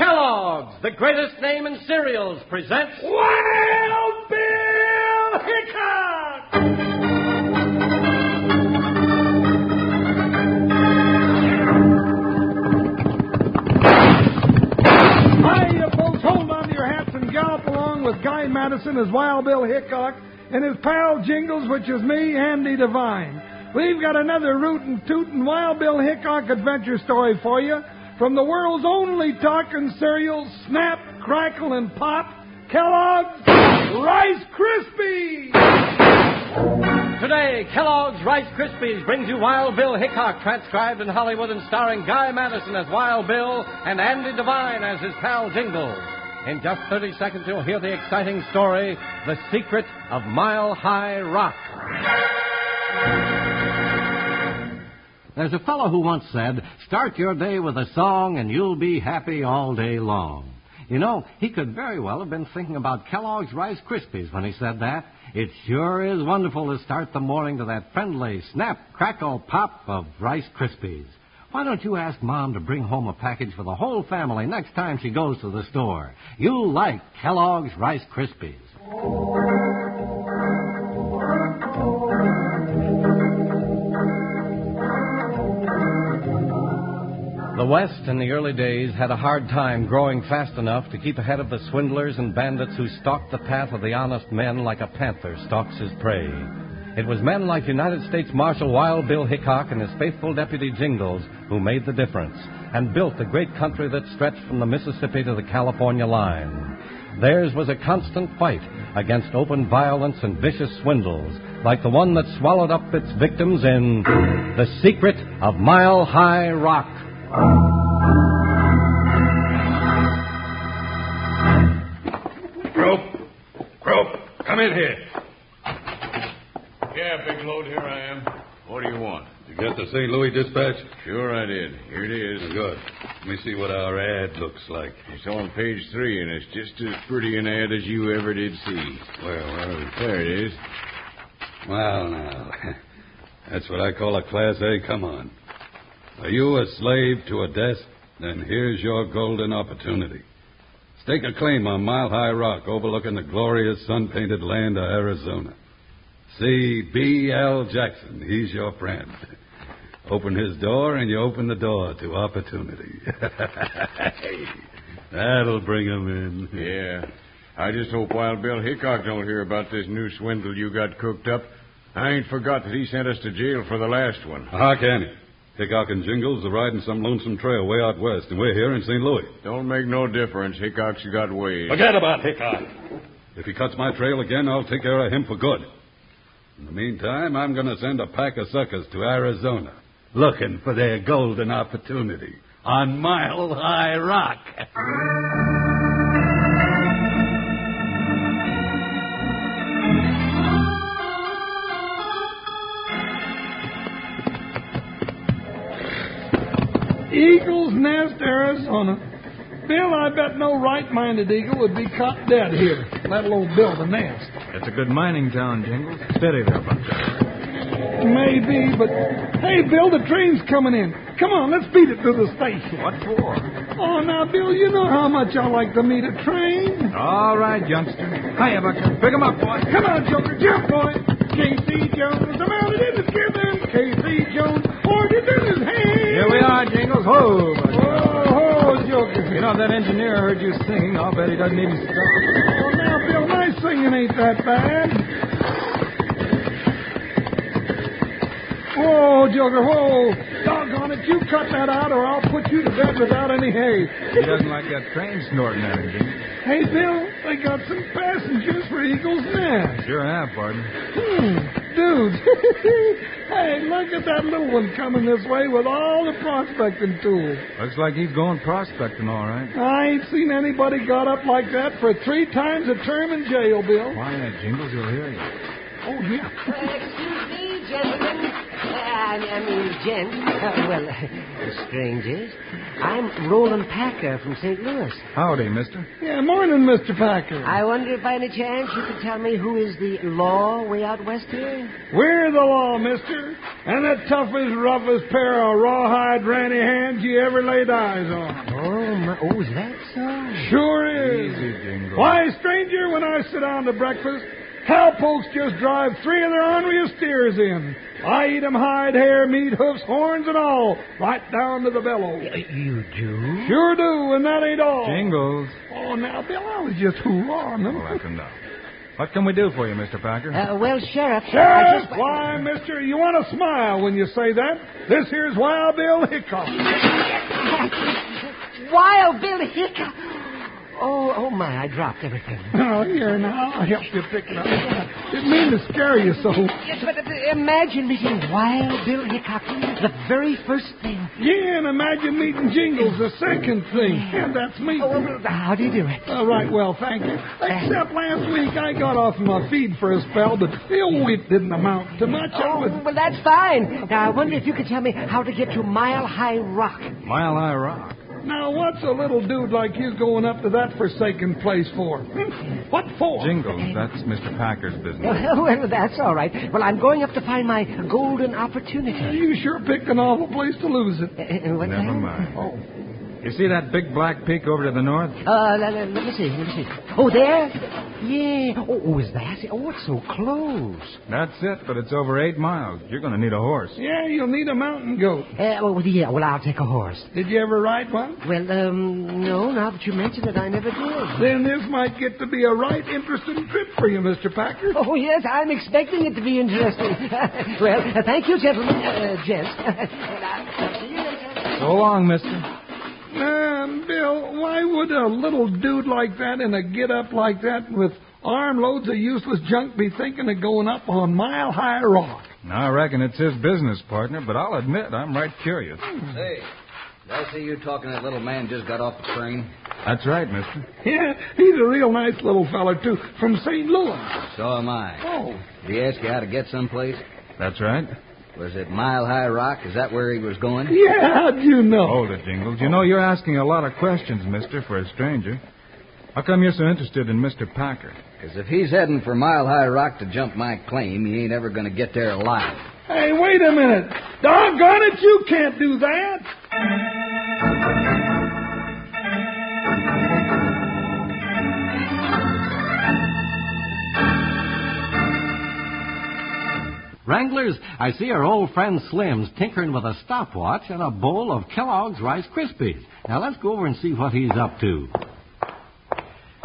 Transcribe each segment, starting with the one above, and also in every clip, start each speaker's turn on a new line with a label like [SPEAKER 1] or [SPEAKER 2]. [SPEAKER 1] Kellogg's, the greatest name in cereals, presents
[SPEAKER 2] Wild Bill Hickok! Hiya, folks. Hold on to your hats and gallop along with Guy Madison as Wild Bill Hickok and his pal Jingles, which is me, Andy Devine. We've got another rootin' tootin' Wild Bill Hickok adventure story for you from the world's only talking cereal, Snap, Crackle, and Pop, Kellogg's Rice Krispies!
[SPEAKER 1] Today, Kellogg's Rice Krispies brings you Wild Bill Hickok, transcribed in Hollywood and starring Guy Madison as Wild Bill and Andy Devine as his pal Jingles. In just 30 seconds, you'll hear the exciting story The Secret of Mile High Rock. There's a fellow who once said, Start your day with a song and you'll be happy all day long. You know, he could very well have been thinking about Kellogg's Rice Krispies when he said that. It sure is wonderful to start the morning to that friendly snap, crackle, pop of Rice Krispies. Why don't you ask Mom to bring home a package for the whole family next time she goes to the store? You'll like Kellogg's Rice Krispies. The West in the early days had a hard time growing fast enough to keep ahead of the swindlers and bandits who stalked the path of the honest men like a panther stalks his prey. It was men like United States Marshal Wild Bill Hickok and his faithful deputy Jingles who made the difference and built the great country that stretched from the Mississippi to the California line. Theirs was a constant fight against open violence and vicious swindles, like the one that swallowed up its victims in The Secret of Mile High Rock.
[SPEAKER 3] Crope, Crope, come in here. Yeah, big load, here I am. What do you want?
[SPEAKER 4] You got the St. Louis dispatch?
[SPEAKER 3] Sure, I did. Here it is.
[SPEAKER 4] Good. Let me see what our ad looks like.
[SPEAKER 3] It's on page three, and it's just as pretty an ad as you ever did see.
[SPEAKER 4] Well, well,
[SPEAKER 3] There it is.
[SPEAKER 4] well now. That's what I call a Class A come on. Are you a slave to a desk? Then here's your golden opportunity. Stake a claim on Mile High Rock overlooking the glorious sun painted land of Arizona. See B.L. Jackson. He's your friend. Open his door, and you open the door to opportunity. That'll bring him in.
[SPEAKER 3] Yeah. I just hope Wild Bill Hickok don't hear about this new swindle you got cooked up. I ain't forgot that he sent us to jail for the last one.
[SPEAKER 4] How can he? Hickok and Jingles are riding some lonesome trail way out west, and we're here in St. Louis.
[SPEAKER 3] Don't make no difference. Hickok's got ways.
[SPEAKER 4] Forget about Hickok. If he cuts my trail again, I'll take care of him for good. In the meantime, I'm going to send a pack of suckers to Arizona, looking for their golden opportunity on Mile High Rock.
[SPEAKER 2] Eagle's Nest, Arizona. Bill, I bet no right-minded eagle would be caught dead here, let alone build a nest.
[SPEAKER 5] That's a good mining town, Jingles. Steady there, Buck.
[SPEAKER 2] Maybe, but hey, Bill, the train's coming in. Come on, let's beat it to the station.
[SPEAKER 5] What for?
[SPEAKER 2] Oh, now, Bill, you know how much I like to meet a train.
[SPEAKER 5] All right, youngster. Hiya, Buck. Pick 'em up, boy.
[SPEAKER 2] Come on, Joker, jump, boy. Casey Jones, the mounted in his given. Casey Jones, horse is in his hand.
[SPEAKER 5] Here we are, Jingles. Ho! Buck.
[SPEAKER 2] Oh, ho, Joker.
[SPEAKER 5] You know, if that engineer heard you sing, I'll bet he doesn't even stop.
[SPEAKER 2] Oh, now, Bill, my singing ain't that bad. Whoa, Joker, whoa. Doggone it, you cut that out or I'll put you to bed without any hay.
[SPEAKER 5] He doesn't like that train snorting at him, Jingles.
[SPEAKER 2] Hey, Bill, they got some passengers for Eagle's Nest.
[SPEAKER 5] Sure have, Barton.
[SPEAKER 2] Hmm, dude. hey, look at that little one coming this way with all the prospecting tools.
[SPEAKER 5] Looks like he's going prospecting, all right.
[SPEAKER 2] I ain't seen anybody got up like that for three times a term in jail, Bill.
[SPEAKER 5] Quiet, Jingles. You'll hear you.
[SPEAKER 2] Oh, yeah.
[SPEAKER 6] Uh, excuse me, gentlemen. Uh, I I mean, gent. Uh, well, strangers. I'm Roland Packer from St. Louis.
[SPEAKER 5] Howdy, mister.
[SPEAKER 2] Yeah, morning, Mr. Packer.
[SPEAKER 6] I wonder if by any chance you could tell me who is the law way out west here?
[SPEAKER 2] We're the law, mister. and the toughest, roughest pair of rawhide ranny hands you ever laid eyes on.
[SPEAKER 6] Oh, my. Oh, is that so?
[SPEAKER 2] Sure is.
[SPEAKER 4] Easy, Jingle.
[SPEAKER 2] Why, stranger, when I sit down to breakfast, cowpokes just drive three of their orneriest steers in. I eat 'em hide, hair, meat, hoofs, horns, and all, right down to the bellows.
[SPEAKER 6] Y- You do?
[SPEAKER 2] Sure do, and that ain't all.
[SPEAKER 4] Jingles.
[SPEAKER 2] Oh, now, Bill, I was just hurrahing
[SPEAKER 4] Well, I
[SPEAKER 2] them.
[SPEAKER 4] can know. What can we do for you, Mr. Packer?
[SPEAKER 6] Uh, well, Sheriff. I
[SPEAKER 2] Sheriff,
[SPEAKER 6] just-
[SPEAKER 2] why, mister, you want to smile when you say that. This here's Wild Bill Hickok.
[SPEAKER 6] Wild Bill Hickok. Oh, oh, my. I dropped everything.
[SPEAKER 2] Oh, here, now, I'll help you pick it up. Didn't mean to scare you so.
[SPEAKER 6] Yes, but uh, imagine meeting Wild Bill Hickok, the very first thing.
[SPEAKER 2] Yeah, and imagine meeting Jingles, the second thing. And that's me.
[SPEAKER 6] Oh, well, well, how do you do it?
[SPEAKER 2] All right, well, thank you. Except last week I got off my feed for a spell, but still it didn't amount to much. I
[SPEAKER 6] Oh,
[SPEAKER 2] was...
[SPEAKER 6] well, that's fine. Now, I wonder if you could tell me how to get to Mile High Rock.
[SPEAKER 4] Mile High Rock.
[SPEAKER 2] Now, what's a little dude like you going up to that forsaken place for? Hmm, What for?
[SPEAKER 4] Jingles, that's Mr. Packer's business.
[SPEAKER 6] well, that's all right. Well, I'm going up to find my golden opportunity.
[SPEAKER 2] You sure picked an awful place to lose it.
[SPEAKER 6] Uh, uh, what's
[SPEAKER 4] Never
[SPEAKER 6] that?
[SPEAKER 4] mind.
[SPEAKER 2] Oh.
[SPEAKER 4] You see that big black peak over to the north?
[SPEAKER 6] Uh, let, let- let me see. Let me see. Oh, there? Yeah. Oh, oh, is that? it? Oh, it's so close.
[SPEAKER 4] That's it, but it's over eight miles. You're going to need a horse.
[SPEAKER 2] Yeah, you'll need a mountain goat.
[SPEAKER 6] Uh, oh, yeah. Well, I'll take a horse.
[SPEAKER 2] Did you ever ride one?
[SPEAKER 6] Well, um, no. Now that you mention it, I never did.
[SPEAKER 2] Then this might get to be a right interesting trip for you, Mr. Packer.
[SPEAKER 6] Oh yes, I'm expecting it to be interesting. well, uh, thank you, gentlemen, uh, gents. Well, I'll see you later.
[SPEAKER 4] So long, mister.
[SPEAKER 2] Um, Bill, why would a little dude like that in a get up like that with armloads of useless junk be thinking of going up on mile high rock?
[SPEAKER 4] Now, I reckon it's his business, partner, but I'll admit I'm right curious.
[SPEAKER 7] Hey, did I see you talking to that little man just got off the train?
[SPEAKER 4] That's right, mister.
[SPEAKER 2] Yeah, he's a real nice little feller, too, from St. Louis.
[SPEAKER 7] So am I.
[SPEAKER 2] Oh,
[SPEAKER 7] Did he ask you how to get someplace?
[SPEAKER 4] That's right.
[SPEAKER 7] Was it Mile High Rock? Is that where he was going?
[SPEAKER 2] yeah, how'd you know?
[SPEAKER 4] Hold it, Jingles. You know Oh, you're asking a lot of questions, mister, for a stranger. How come you're so interested in Mr. Packer?
[SPEAKER 7] Because if he's heading for Mile High Rock to jump my claim, he ain't ever going to get there alive.
[SPEAKER 2] Hey, wait a minute. Doggone it, you can't do that.
[SPEAKER 1] Wranglers, I see our old friend Slim's tinkering with a stopwatch and a bowl of Kellogg's Rice Krispies. Now let's go over and see what he's up to.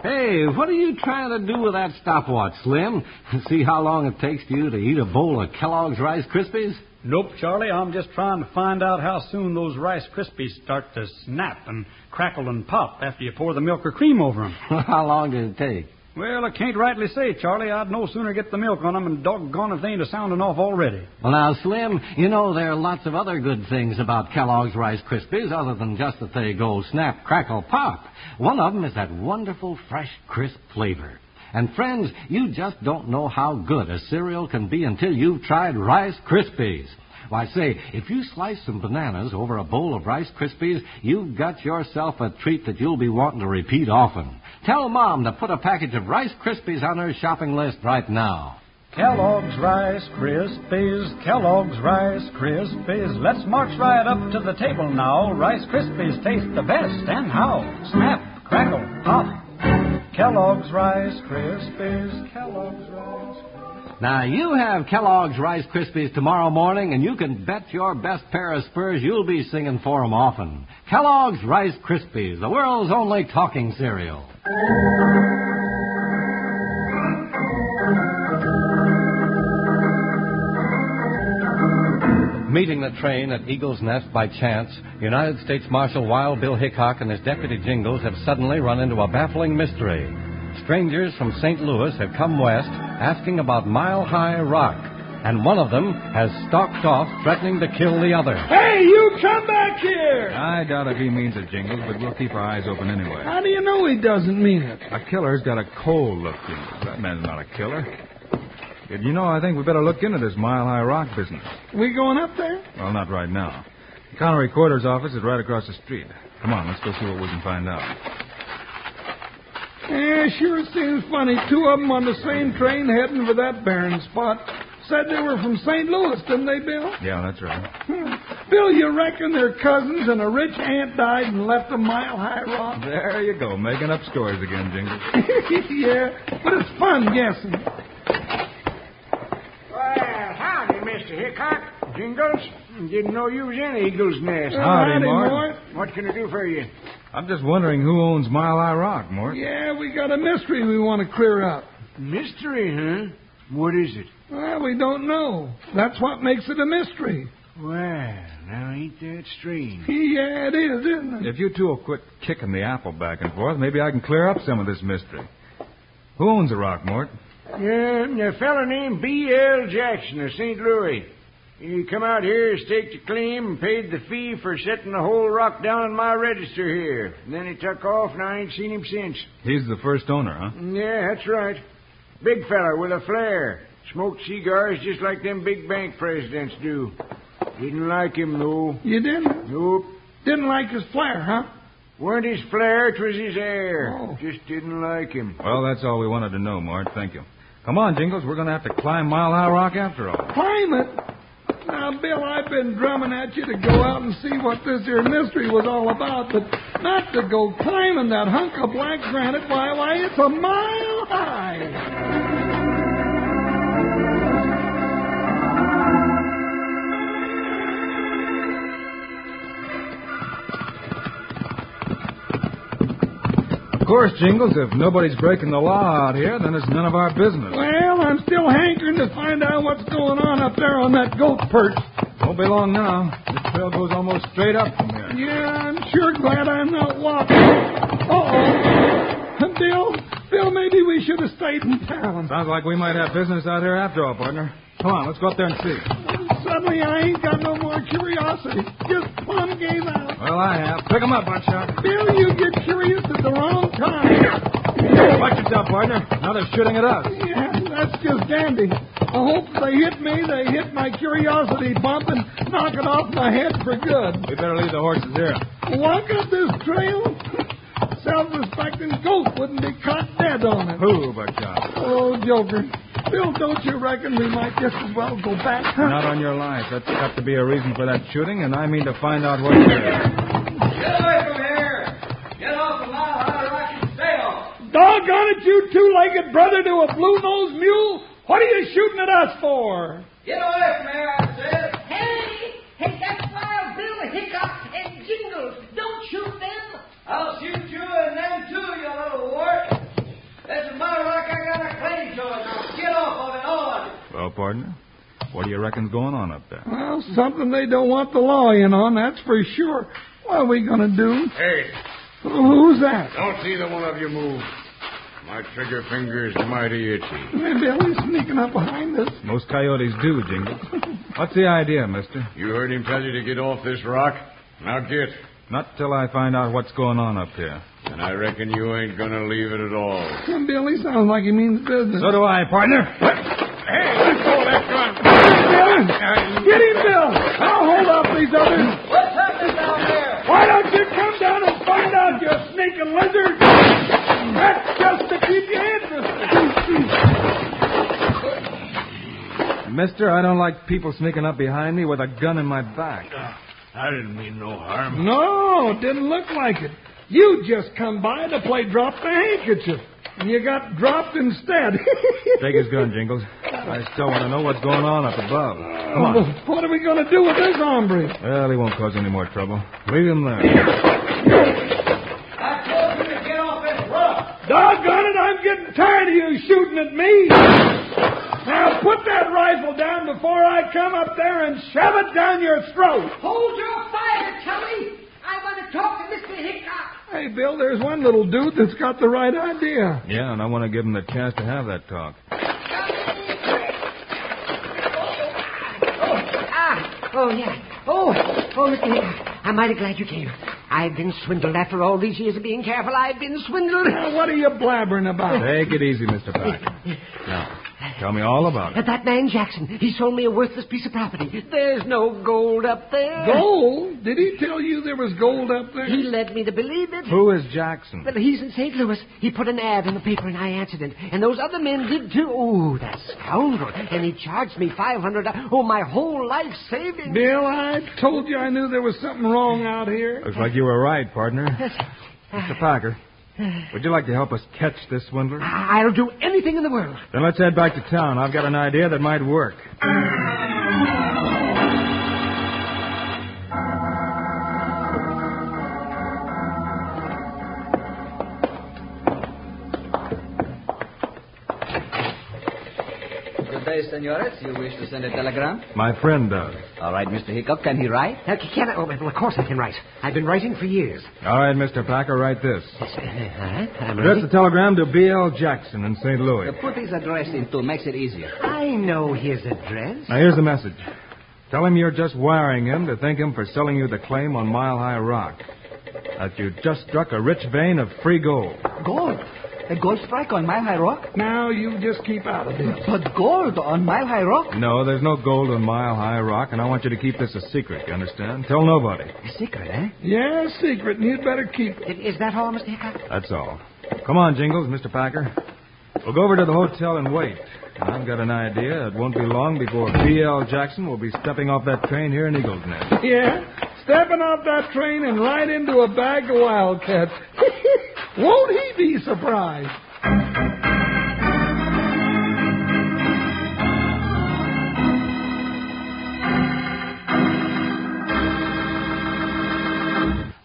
[SPEAKER 1] Hey, what are you trying to do with that stopwatch, Slim? See how long it takes you to eat a bowl of Kellogg's Rice Krispies?
[SPEAKER 8] Nope, Charlie. I'm just trying to find out how soon those Rice Krispies start to snap and crackle and pop after you pour the milk or cream over 'em.
[SPEAKER 1] how long did it take?
[SPEAKER 8] Well, I can't rightly say, Charlie. I'd no sooner get the milk on 'em and doggone if they ain't a sounding off already.
[SPEAKER 1] Well, now, Slim, you know there are lots of other good things about Kellogg's Rice Krispies other than just that they go snap, crackle, pop. One of them is that wonderful, fresh, crisp flavor. And friends, you just don't know how good a cereal can be until you've tried Rice Krispies. Why, say, if you slice some bananas over a bowl of Rice Krispies, you've got yourself a treat that you'll be wanting to repeat often. Tell Mom to put a package of Rice Krispies on her shopping list right now.
[SPEAKER 8] Kellogg's Rice Krispies, Kellogg's Rice Krispies. Let's march right up to the table now. Rice Krispies taste the best, and how? Snap, crackle, pop. Kellogg's Rice Krispies, Kellogg's Rice
[SPEAKER 1] Now, you have Kellogg's Rice Krispies tomorrow morning, and you can bet your best pair of spurs you'll be singing for 'em often. Kellogg's Rice Krispies, the world's only talking cereal. Meeting the train at Eagle's Nest by chance, United States Marshal Wild Bill Hickok and his deputy Jingles have suddenly run into a baffling mystery. Strangers from St. Louis have come west asking about Mile High Rock, and one of them has stalked off, threatening to kill the other.
[SPEAKER 2] Hey, you come back here.
[SPEAKER 4] I doubt if he means it, Jingles, but we'll keep our eyes open anyway.
[SPEAKER 2] How do you know he doesn't mean it?
[SPEAKER 4] A killer's got a cold look, Jingles. That man's not a killer. Yet, You know, I think we better look into this Mile High Rock business.
[SPEAKER 2] We going up there?
[SPEAKER 4] Well, not right now. The county recorder's office is right across the street. Come on, let's go see what we can find out.
[SPEAKER 2] Eh, Yeah, sure seems funny. Two of 'em on the same train heading for that barren spot. Said they were from St. Louis, didn't they, Bill?
[SPEAKER 4] Yeah, that's right.
[SPEAKER 2] Hmm. Bill, you reckon their cousins and a rich aunt died and left a mile high rock?
[SPEAKER 4] There you go, making up stories again, Jingles.
[SPEAKER 2] yeah, but it's fun guessing.
[SPEAKER 9] Well, howdy, Mr. Hickok. Jingles. Didn't know you was in Eagle's Nest.
[SPEAKER 4] Howdy,
[SPEAKER 2] Howdy,
[SPEAKER 4] Mort.
[SPEAKER 2] Mort.
[SPEAKER 9] What can I do for you?
[SPEAKER 4] I'm just wondering who owns Mile High Rock, Mort.
[SPEAKER 2] Yeah, we got a mystery we want to clear up.
[SPEAKER 9] Mystery, huh? What is it?
[SPEAKER 2] Well, we don't know. That's what makes it a mystery.
[SPEAKER 9] Well, now ain't that strange.
[SPEAKER 2] Yeah, it is, isn't it?
[SPEAKER 4] If you two will quit kicking the apple back and forth, maybe I can clear up some of this mystery. Who owns the rock, Mort?
[SPEAKER 9] Yeah, a fellow named B.L. Jackson of St. Louis. He come out here, staked a claim, and paid the fee for setting the whole rock down in my register here. And then he took off, and I ain't seen him since.
[SPEAKER 4] He's the first owner, huh?
[SPEAKER 9] Yeah, that's right. Big fella with a flair. Smoked cigars just like them big bank presidents do. Didn't like him, though.
[SPEAKER 2] You didn't?
[SPEAKER 9] Nope.
[SPEAKER 2] Didn't like his flair, huh?
[SPEAKER 9] Weren't his flair, 'twas his air.
[SPEAKER 2] Oh.
[SPEAKER 9] Just didn't like him.
[SPEAKER 4] Well, that's all we wanted to know, Mort. Thank you. Come on, Jingles. We're going to have to climb Mile High Rock after all.
[SPEAKER 2] Climate? Now, Bill, I've been drumming at you to go out and see what this here mystery was all about, but not to go climbing that hunk of black granite. Why, why, it's a mile high.
[SPEAKER 4] Of course, Jingles, if nobody's breaking the law out here, then it's none of our business.
[SPEAKER 2] Well, I'm still hankering to find out what's going on up there on that goat perch.
[SPEAKER 4] Won't be long now. This trail goes almost straight up from here.
[SPEAKER 2] Yeah, I'm sure glad I'm not walking. Uh-oh. Bill, Bill, maybe we should have stayed in town.
[SPEAKER 4] Sounds like we might have business out here after all, partner. Come on, let's go up there and see.
[SPEAKER 2] Suddenly, I ain't got no more curiosity. Just plumb gave out.
[SPEAKER 4] Well, I have. Pick 'em up, Buckshot.
[SPEAKER 2] Bill, you get curious at the wrong time.
[SPEAKER 4] Watch yourself, partner. Now they're shooting at us.
[SPEAKER 2] Yeah, that's just dandy. I hope they hit me, they hit my curiosity bump and knock it off my head for good.
[SPEAKER 4] We better leave the horses here.
[SPEAKER 2] Walk up this trail? Self-respecting goat wouldn't be caught dead on it.
[SPEAKER 4] Who, Buckshot?
[SPEAKER 2] Oh, Joker. Bill, don't you reckon we might just as well go back, huh?
[SPEAKER 4] Not on your life. That's got to be a reason for that shooting, and I mean to find out what it is.
[SPEAKER 8] Get away from here! Get off the Mile High Rock and stay off!
[SPEAKER 2] Doggone it, you two-legged brother to a blue-nosed mule! What are you shooting at us for?
[SPEAKER 8] Get away from here, I said!
[SPEAKER 10] Hey, hey, that's Wild Bill Hickok and Jingles. Don't shoot them.
[SPEAKER 8] I'll shoot you and them too, you little wart. That's a matter like I got a claim to it. Now get off of it, all of you.
[SPEAKER 4] Well, partner, what do you reckon's going on up there?
[SPEAKER 2] Well, something they don't want the law in on, that's for sure. What are we gonna do?
[SPEAKER 3] Hey,
[SPEAKER 2] Who's that?
[SPEAKER 3] don't either one of you move. My trigger finger's mighty itchy.
[SPEAKER 2] Maybe he's sneaking up behind us.
[SPEAKER 4] Most coyotes do, Jingles. What's the idea, mister?
[SPEAKER 3] You heard him tell you to get off this rock? Now get.
[SPEAKER 4] Not till I find out what's going on up here.
[SPEAKER 3] And I reckon you ain't gonna leave it at all.
[SPEAKER 2] Bill, he sounds like he means business.
[SPEAKER 4] So do I, partner.
[SPEAKER 3] Hey, let go that gun!
[SPEAKER 2] Bill! Get him, Bill! I'll hold off these others.
[SPEAKER 8] What's happening down there?
[SPEAKER 2] Why don't you come down and find out, you sneaking lizard? That's just to keep you interested.
[SPEAKER 4] Mister, I don't like people sneaking up behind me with a gun in my back.
[SPEAKER 9] I didn't mean no harm.
[SPEAKER 2] No, it didn't look like it. You just come by to play drop the handkerchief, and you got dropped instead.
[SPEAKER 4] Take his gun, Jingles. I still want to know what's going on up above. Come on.
[SPEAKER 2] What are we going to do with this hombre?
[SPEAKER 4] Well, he won't cause any more trouble. Leave him there.
[SPEAKER 8] I told you to get off this rock.
[SPEAKER 2] Doggone it, I'm getting tired of you shooting at me. Now put that rifle down before I come up there and shove it down your throat.
[SPEAKER 10] Hold your fire, Tully. I want to talk to Mr. Hickok.
[SPEAKER 2] Hey, Bill, there's one little dude that's got the right idea.
[SPEAKER 4] Yeah, and I want to give him the chance to have that talk.
[SPEAKER 6] Ah, oh, yeah. Oh, oh, Mr. Hickok, I'm mighty glad you came. I've been swindled after all these years of being careful. I've been swindled.
[SPEAKER 2] Now, what are you blabbering about?
[SPEAKER 4] Take it easy, Mr. Pack. Now, Tell me all about it.
[SPEAKER 6] That man Jackson, he sold me a worthless piece of property. There's no gold up there.
[SPEAKER 2] Gold? Did he tell you there was gold up there?
[SPEAKER 6] He led me to believe it.
[SPEAKER 4] Who is Jackson?
[SPEAKER 6] Well, he's in St. Louis. He put an ad in the paper and I answered it. And those other men did too. Oh, that scoundrel. And he charged me 500 Oh, my whole life savings.
[SPEAKER 2] Bill, I told you I knew there was something wrong out here.
[SPEAKER 4] Looks like you were right, partner. Mr. Packer, would you like to help us catch this swindler?
[SPEAKER 6] I'll do anything in the world.
[SPEAKER 4] Then let's head back to town. I've got an idea that might work.
[SPEAKER 7] Good day, senores. You wish to send a telegram?
[SPEAKER 4] My friend does.
[SPEAKER 7] All right, Mr. Hiccup. Can he write?
[SPEAKER 6] Now, can I? Oh, well, of course I can write. I've been writing for years.
[SPEAKER 4] All right, Mr. Packer, write this.
[SPEAKER 6] Yes, uh, all right, I'm ready.
[SPEAKER 4] Address the telegram to B.L. Jackson in St. Louis.
[SPEAKER 7] Put his address in, too. Makes it easier.
[SPEAKER 6] I know his address.
[SPEAKER 4] Now, here's the message. Tell him you're just wiring him to thank him for selling you the claim on Mile High Rock. That you just struck a rich vein of free gold.
[SPEAKER 11] Uh, Gold? A gold strike on Mile High Rock?
[SPEAKER 2] Now you just keep out of this.
[SPEAKER 11] But gold on Mile High Rock?
[SPEAKER 4] No, there's no gold on Mile High Rock, and I want you to keep this a secret, you understand? Tell nobody.
[SPEAKER 11] A secret, eh?
[SPEAKER 2] Yeah, secret, and you'd better keep it.
[SPEAKER 6] Is that all, Mr. Hickok?
[SPEAKER 4] That's all. Come on, Jingles, Mr. Packer. We'll go over to the hotel and wait. And I've got an idea. It won't be long before B.L. Jackson will be stepping off that train here in Eagle's Nest.
[SPEAKER 2] Yeah? Stepping off that train and right into a bag of wildcats. Won't he be surprised?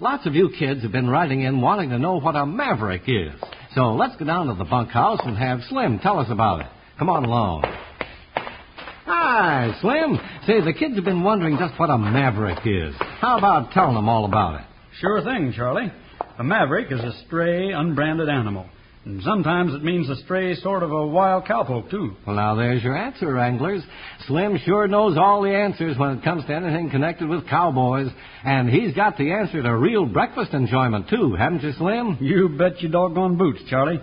[SPEAKER 1] Lots of you kids have been writing in wanting to know what a maverick is. So let's go down to the bunkhouse and have Slim tell us about it. Come on along. Hi, Slim. Say, the kids have been wondering just what a maverick is. How about telling them all about it?
[SPEAKER 8] Sure thing, Charlie. A maverick is a stray, unbranded animal. And sometimes it means a stray sort of a wild cowpoke, too.
[SPEAKER 1] Well, now there's your answer, Wranglers. Slim sure knows all the answers when it comes to anything connected with cowboys, and he's got the answer to real breakfast enjoyment, too, haven't you, Slim?
[SPEAKER 8] You bet your doggone boots, Charlie.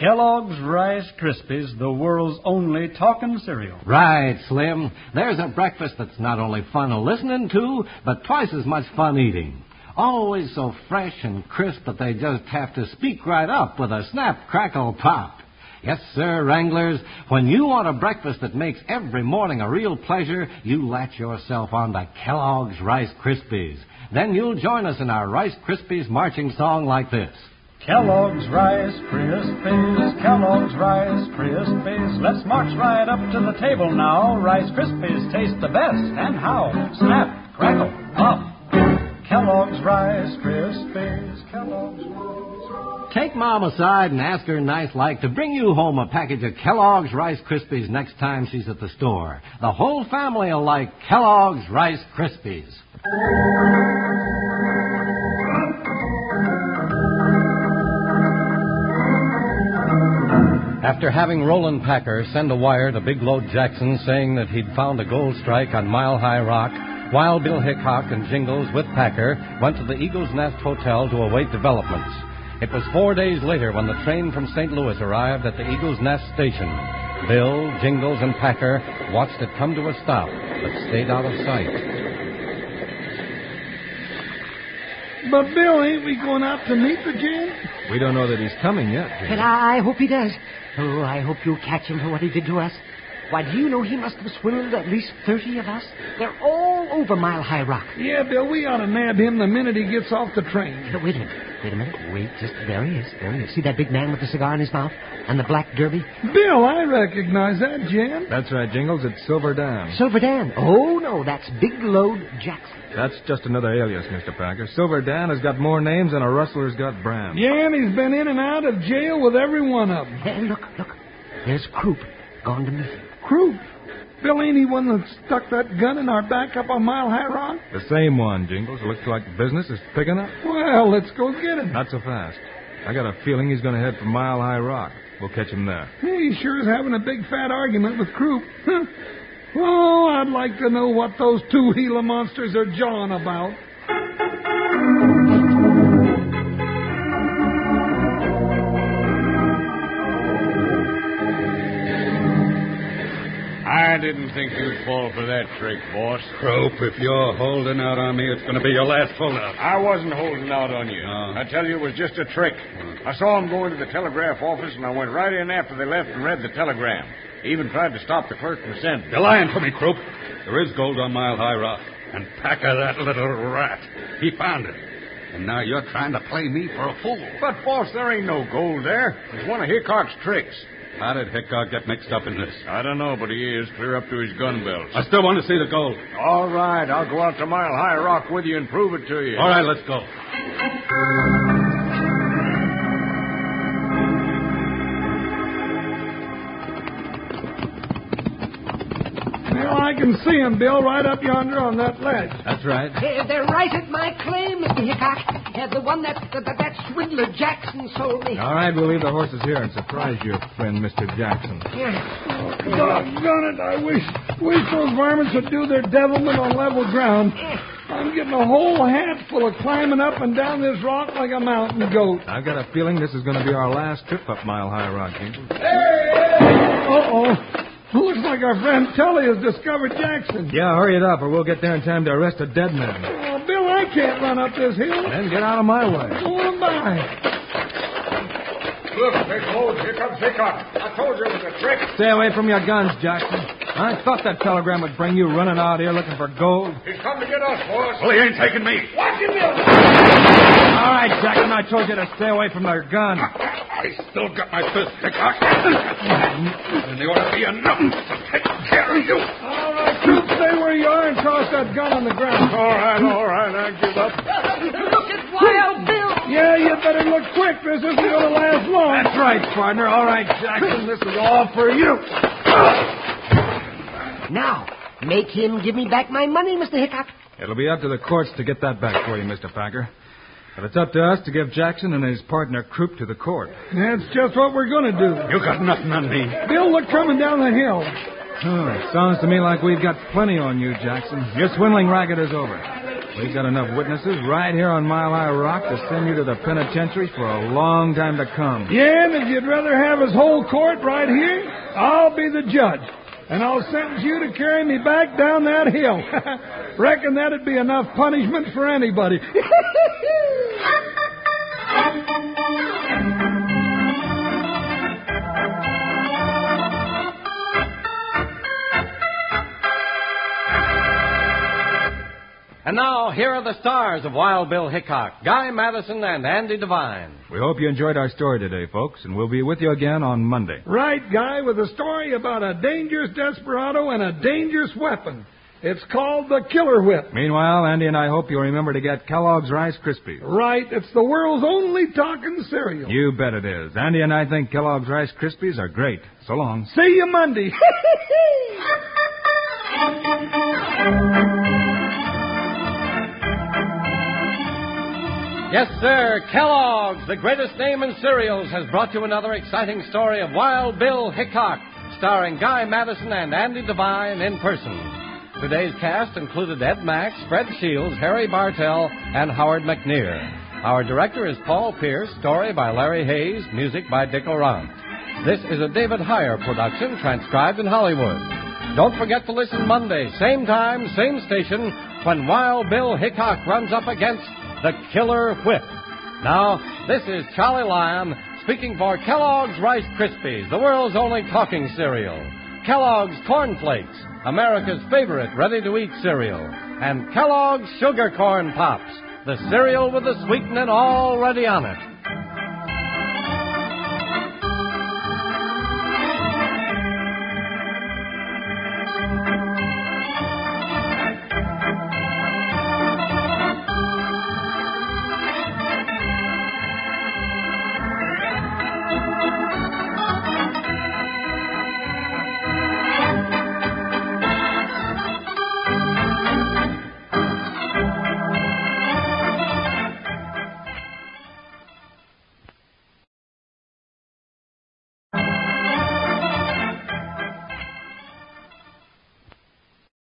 [SPEAKER 8] Kellogg's Rice Krispies, the world's only talking cereal.
[SPEAKER 1] Right, Slim. There's a breakfast that's not only fun to listening to, but twice as much fun eating. Always so fresh and crisp that they just have to speak right up with a snap, crackle, pop. Yes, sir, Wranglers. When you want a breakfast that makes every morning a real pleasure, you latch yourself on to Kellogg's Rice Krispies. Then you'll join us in our Rice Krispies marching song like this.
[SPEAKER 8] Kellogg's Rice Krispies, Kellogg's Rice Krispies. Let's march right up to the table now. Rice Krispies taste the best, and how? Snap, crackle, pop. Kellogg's Rice Krispies, Kellogg's
[SPEAKER 1] Take Mom aside and ask her nice like to bring you home a package of Kellogg's Rice Krispies next time she's at the store. The whole family will like Kellogg's Rice Krispies. After having Roland Packer send a wire to Big Load Jackson saying that he'd found a gold strike on Mile High Rock, Wild Bill Hickok and Jingles with Packer went to the Eagle's Nest Hotel to await developments. It was four days later when the train from St. Louis arrived at the Eagle's Nest station. Bill, Jingles, and Packer watched it come to a stop, but stayed out of sight.
[SPEAKER 2] But, Bill, ain't we going out to meet the gent?
[SPEAKER 4] We don't know that he's coming yet. Jingles.
[SPEAKER 6] But I, I hope he does. Oh, I hope you'll catch him for what he did to us. Why, do you know he must have swindled at least 30 of us? They're all over Mile High Rock.
[SPEAKER 2] Yeah, Bill, we ought to nab him the minute he gets off the train.
[SPEAKER 6] Now, wait a minute. Wait a minute. Wait, just there he is. There he is. See that big man with the cigar in his mouth and the black derby?
[SPEAKER 2] Bill, I recognize that gent.
[SPEAKER 4] That's right, Jingles. It's Silver Dan.
[SPEAKER 6] Silver Dan. Oh, no, that's Big Load Jackson.
[SPEAKER 4] That's just another alias, Mr. Packer. Silver Dan has got more names than a rustler's got brands.
[SPEAKER 2] Yeah, and he's been in and out of jail with every one of them.
[SPEAKER 6] Hey, look, look. There's Croup gone to meet him.
[SPEAKER 2] Croup. Bill, ain't he one that stuck that gun in our back up on Mile High Rock?
[SPEAKER 4] The same one, Jingles. Looks like business is picking up.
[SPEAKER 2] Well, let's go get him.
[SPEAKER 4] Not so fast. I got a feeling he's going to head for Mile High Rock. We'll catch him there.
[SPEAKER 2] He sure is having a big fat argument with Croup. Huh. oh, I'd like to know what those two Gila monsters are jawing about.
[SPEAKER 3] didn't think you'd fall for that trick, boss.
[SPEAKER 12] Crope, if you're holding out on me, it's going to be your last Uh-huh. holdout.
[SPEAKER 3] I wasn't holding out on you. I tell you, it was just a trick.
[SPEAKER 12] Uh-huh.
[SPEAKER 3] I saw him go into the telegraph office, and I went right in after they left and read the telegram. Even tried to stop the clerk from sending. it.
[SPEAKER 12] You're lying to me, Crope. There is gold on Mile High Rock. And Packer, that little rat, he found it. And now you're trying to play me for a fool.
[SPEAKER 3] But, boss, there ain't no gold there. It's one of Hickok's tricks.
[SPEAKER 12] How did Hickok get mixed up in this?
[SPEAKER 3] I don't know, but he is clear up to his gun belt.
[SPEAKER 12] I still want to see the gold.
[SPEAKER 3] All right, I'll go out to Mile High Rock with you and prove it to you.
[SPEAKER 12] All right, let's go.
[SPEAKER 2] Now I can see him, Bill, right up yonder on that ledge.
[SPEAKER 4] That's right.
[SPEAKER 6] Eh, They're right at my claim, Mr. Hickok. Eh, the one that, that that swindler Jackson sold me.
[SPEAKER 4] All right, we'll leave the horses here and surprise your friend, Mr. Jackson.
[SPEAKER 6] Yeah.
[SPEAKER 2] Doggone it, I wish, wish those varmints would do their devilment on level ground.
[SPEAKER 6] eh.
[SPEAKER 2] I'm getting a whole hat full of climbing up and down this rock like a mountain goat.
[SPEAKER 4] I've got a feeling this is going to be our last trip up Mile High Rock, Jenkins.
[SPEAKER 2] Uh-oh. Looks like our friend Tully has discovered Jackson.
[SPEAKER 4] Yeah, hurry it up, or we'll get there in time to arrest a dead man.
[SPEAKER 2] Well, Bill, I can't run up this hill.
[SPEAKER 4] Then get out of my way.
[SPEAKER 2] Go on by.
[SPEAKER 3] Look, big hold. Here comes Hickok. I told you it was a trick.
[SPEAKER 4] Stay away from your guns, Jackson. I thought that telegram would bring you running out here looking for gold.
[SPEAKER 3] He's come to get us, boss.
[SPEAKER 12] Well, he ain't taking me.
[SPEAKER 3] Watch him, Bill.
[SPEAKER 4] All right, Jackson, I told you to stay away from their gun.
[SPEAKER 12] I still got my fist, Hickok. And there ought to be enough to take care of you.
[SPEAKER 2] All right, Coop, stay where you are and toss that gun on the ground.
[SPEAKER 3] All right, all right. I give up.
[SPEAKER 6] Look at Wild Bill.
[SPEAKER 2] Yeah, you better look quick. This isn't going to last long.
[SPEAKER 4] That's right, partner. All right, Jackson, this is all for you.
[SPEAKER 6] Now, make him give me back my money, Mr. Hickok.
[SPEAKER 4] It'll be up to the courts to get that back for you, Mr. Packer. But it's up to us to give Jackson and his partner Croup to the court.
[SPEAKER 2] That's just what we're going to do.
[SPEAKER 12] You got nothing on me.
[SPEAKER 2] Bill, look coming down the hill.
[SPEAKER 4] Oh, it sounds to me like we've got plenty on you, Jackson. Your swindling racket is over. We've got enough witnesses right here on Mile High Rock to send you to the penitentiary for a long time to come.
[SPEAKER 2] Yeah, and if you'd rather have his whole court right here, I'll be the judge. And I'll sentence you to carry me back down that hill. Reckon that'd be enough punishment for anybody.
[SPEAKER 1] And now, here are the stars of Wild Bill Hickok, Guy Madison, and Andy Devine.
[SPEAKER 4] We hope you enjoyed our story today, folks, and we'll be with you again on Monday.
[SPEAKER 2] right, guy, with a story about a dangerous desperado and a dangerous weapon. It's called the killer whip.
[SPEAKER 4] Meanwhile, Andy and I hope you'll remember to get Kellogg's Rice Krispies.
[SPEAKER 2] Right, it's the world's only talking cereal.
[SPEAKER 4] You bet it is. Andy and I think Kellogg's Rice Krispies are great. So long.
[SPEAKER 2] See you Monday.
[SPEAKER 1] Yes, sir, Kellogg's, the greatest name in cereals, has brought you another exciting story of Wild Bill Hickok, starring Guy Madison and Andy Devine in person. Today's cast included Ed Max, Fred Shields, Harry Bartell, and Howard McNear. Our director is Paul Pierce, story by Larry Hayes, music by Dick Orant. This is a David Heyer production, transcribed in Hollywood. Don't forget to listen Monday, same time, same station, when Wild Bill Hickok runs up against the Killer Whip. Now, this is Charlie Lyon speaking for Kellogg's Rice Krispies, the world's only talking cereal, Kellogg's Corn Flakes, America's favorite ready to eat cereal, and Kellogg's Sugar Corn Pops, the cereal with the sweetening already on it.